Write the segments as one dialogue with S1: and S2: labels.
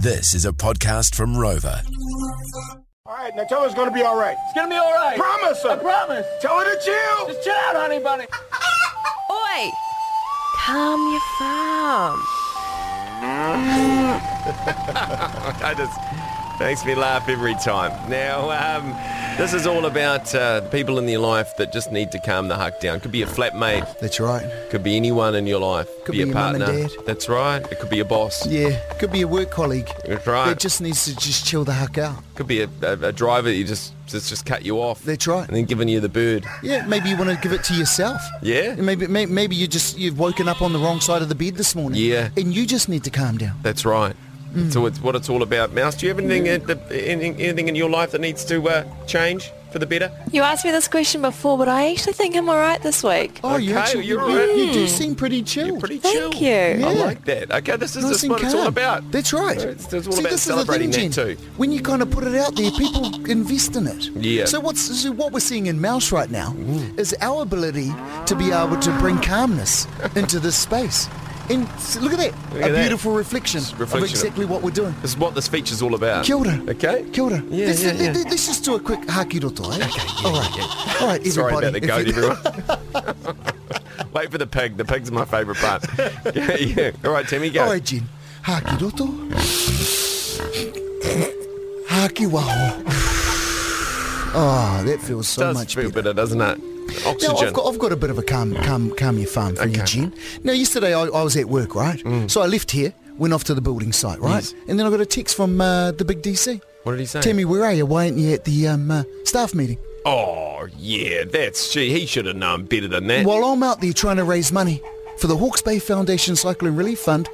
S1: This is a podcast from Rover.
S2: All right, now tell her it's gonna be all right.
S3: It's gonna be all right.
S2: Promise her.
S3: I promise.
S2: Tell her to chill.
S3: Just chill out, honey bunny.
S4: Oi! Calm your farm.
S5: I just makes me laugh every time. Now, um, this is all about uh, people in your life that just need to calm the huck down. Could be a flatmate,
S6: That's right.
S5: could be anyone in your life, could
S6: be
S5: a
S6: your mum and
S5: partner.
S6: dad.
S5: That's right. It could be a boss.
S6: Yeah, could be a work colleague.
S5: That's right.
S6: That just needs to just chill the heck out.
S5: Could be a, a, a driver that you just, just just cut you off.
S6: That's right.
S5: And then giving you the bird.
S6: Yeah, maybe you want to give it to yourself.
S5: Yeah.
S6: Maybe may- maybe you just you've woken up on the wrong side of the bed this morning.
S5: Yeah.
S6: And you just need to calm down.
S5: That's right.
S6: Mm.
S5: So it's what it's all about. Mouse, do you have anything uh, that- anything, anything in your life that needs to uh, change for the better?
S4: You asked me this question before, but I actually think I'm alright this week.
S6: Oh, you
S5: Okay,
S6: actually you,
S5: you're
S6: you-
S5: right.
S6: you do seem pretty chill.
S5: You're pretty chill.
S4: Thank you.
S5: I
S6: Oh, Yeah.
S5: like that. Okay, this is
S6: Nice
S5: just
S6: and
S5: what it's all
S6: calm.
S5: about.
S6: That's right.
S5: It's, it's all
S6: See,
S5: about
S6: this
S5: celebrating
S6: is the thing,
S5: that too.
S6: Jen. When you kind of put it out there, people invest in it.
S5: Yeah.
S6: So what's so what we're seeing in Mouse right now is our ability to be able to bring calmness into this space. And s- look at that,
S5: Look at
S6: a
S5: that.
S6: beautiful reflection,
S5: reflection
S6: of
S5: of-
S6: exactly what we're doing.
S5: This is what this feature's all about.
S6: Kia ora.
S5: Okay?
S6: Kia ora.
S5: Yeah,
S6: let's,
S5: yeah,
S6: let-
S5: yeah.
S6: let's just do a quick hakiroto, eh? all right. All right, everybody.
S5: Sorry about the
S6: if you-
S5: goat, everyone. Wait for the pig. The pig's my favourite part. yeah, yeah. All right, Timmy, go.
S6: All right, Jen. Hakiroto. Hakiwaho. Oh, that feels so
S5: does
S6: much
S5: feel
S6: better.
S5: better, doesn't it? Oxygen.
S6: Now, I've got, I've got a bit of a calm, calm, calm your farm for you,
S5: Okay. Mm.
S6: Jen. Now, yesterday I, I was at work, right? So I left here, went off to the building site, right?
S5: Yes.
S6: And then I got a text from uh, the big DC.
S5: What did he say?
S6: Timmy, where are you? Why ain't you at the um, uh, staff meeting?
S5: Oh, yeah, that's... Gee, he should have known better than that.
S6: While I'm out there trying to raise money for the Hawke's Bay Foundation Cycling Relief Fund,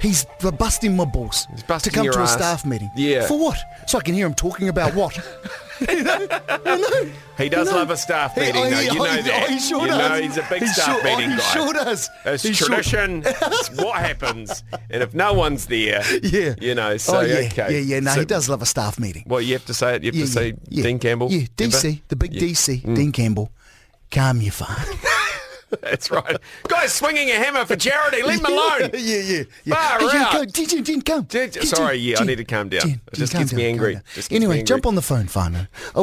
S6: he's b- busting my balls
S5: busting
S6: to come
S5: your
S6: to
S5: ass.
S6: a staff meeting.
S5: Yeah.
S6: For what? So I can hear him talking about what?
S5: He does
S6: No.
S5: love a staff
S6: He-
S5: meeting,
S6: oh,
S5: though.
S6: he-
S5: you know
S6: oh, he-
S5: that.
S6: oh, he sure
S5: you know
S6: does.
S5: he's a big
S6: He
S5: staff
S6: sure- oh,
S5: meeting
S6: he
S5: guy.
S6: sure does.
S5: It's
S6: He sure-
S5: tradition. it's what happens. And if no one's there,
S6: Yeah.
S5: you know, so,
S6: oh, yeah.
S5: okay.
S6: Yeah, yeah, no,
S5: So-
S6: he does love a staff meeting.
S5: Well, you have to say it. You have
S6: yeah,
S5: to say
S6: yeah,
S5: Dean Campbell.
S6: Yeah, DC,
S5: Remember?
S6: the big
S5: Yeah. Mm.
S6: DC, Dean Campbell. Calm your farm.
S5: That's right. Guy's swinging a hammer for charity. Leave him alone.
S6: yeah, yeah, yeah.
S5: Far
S6: Hey, Jen,
S5: out.
S6: go. Jen, Jen, come.
S5: Jen,
S6: Jen,
S5: sorry,
S6: Jen,
S5: yeah, I
S6: Jen,
S5: need to calm down.
S6: Jen,
S5: It just
S6: Jen,
S5: gets
S6: calm
S5: me
S6: down,
S5: angry.
S6: calm down.
S5: Just gets
S6: anyway,
S5: me angry.
S6: jump on the phone, Oh, Fano.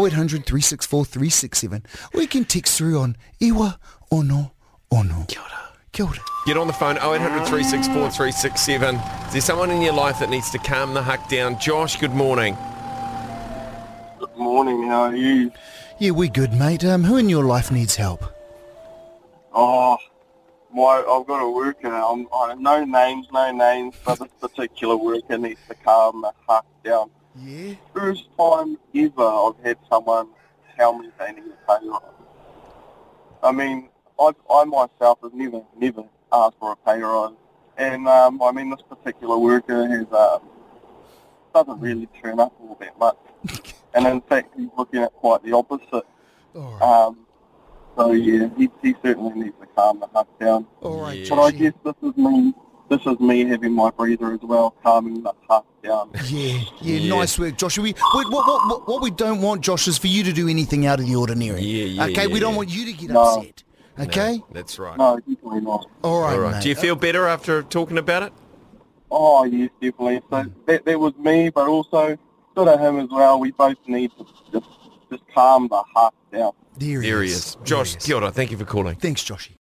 S6: 0800 364 367. Or you can text through on Iwa Ono Ono. Kia ora. Kia ora.
S5: Get on the phone 0800 364 367. Is there someone in your life that needs to calm the huck down? Josh, good morning.
S2: Good morning. How are you?
S6: Yeah, we're good, mate. Um, who in your life needs help?
S2: Oh, my. I've got a worker. I'm. I, no names. No names. But this particular worker needs to calm the fuck down.
S6: Yeah.
S2: First time ever I've had someone tell me they need a pay rise. I mean, I, I myself have never, never asked for a pay rise. And, um, I mean, this particular worker has, um, doesn't really turn up all that much. and in fact, he's looking at quite the opposite.
S6: All right.
S2: Um, so, yeah, he, he certainly needs to calm the huck down.
S6: All right,
S2: But I
S6: Joshy.
S2: guess this is me. This is me having my breather as well, calming the huck down.
S6: Yeah, yeah,
S5: Yeah.
S6: nice work, Josh. We, we, what, what, what, what we don't want, Josh, is for you to do anything out of the ordinary.
S5: Yeah, yeah,
S6: Okay,
S5: yeah,
S6: we don't
S5: yeah.
S6: want you to get
S2: No.
S6: upset. Okay?
S5: That's right.
S2: No, definitely not.
S6: All right,
S5: All right.
S6: mate.
S5: Do you feel better after talking about it?
S2: Oh yes, definitely. So that, that was me, but also sort of him as well. We both need to just, just calm the heart down.
S6: There he
S5: There he
S6: is.
S5: is. Josh,
S6: There he is.
S5: kia ora. Thank you for calling.
S6: Thanks, Joshy.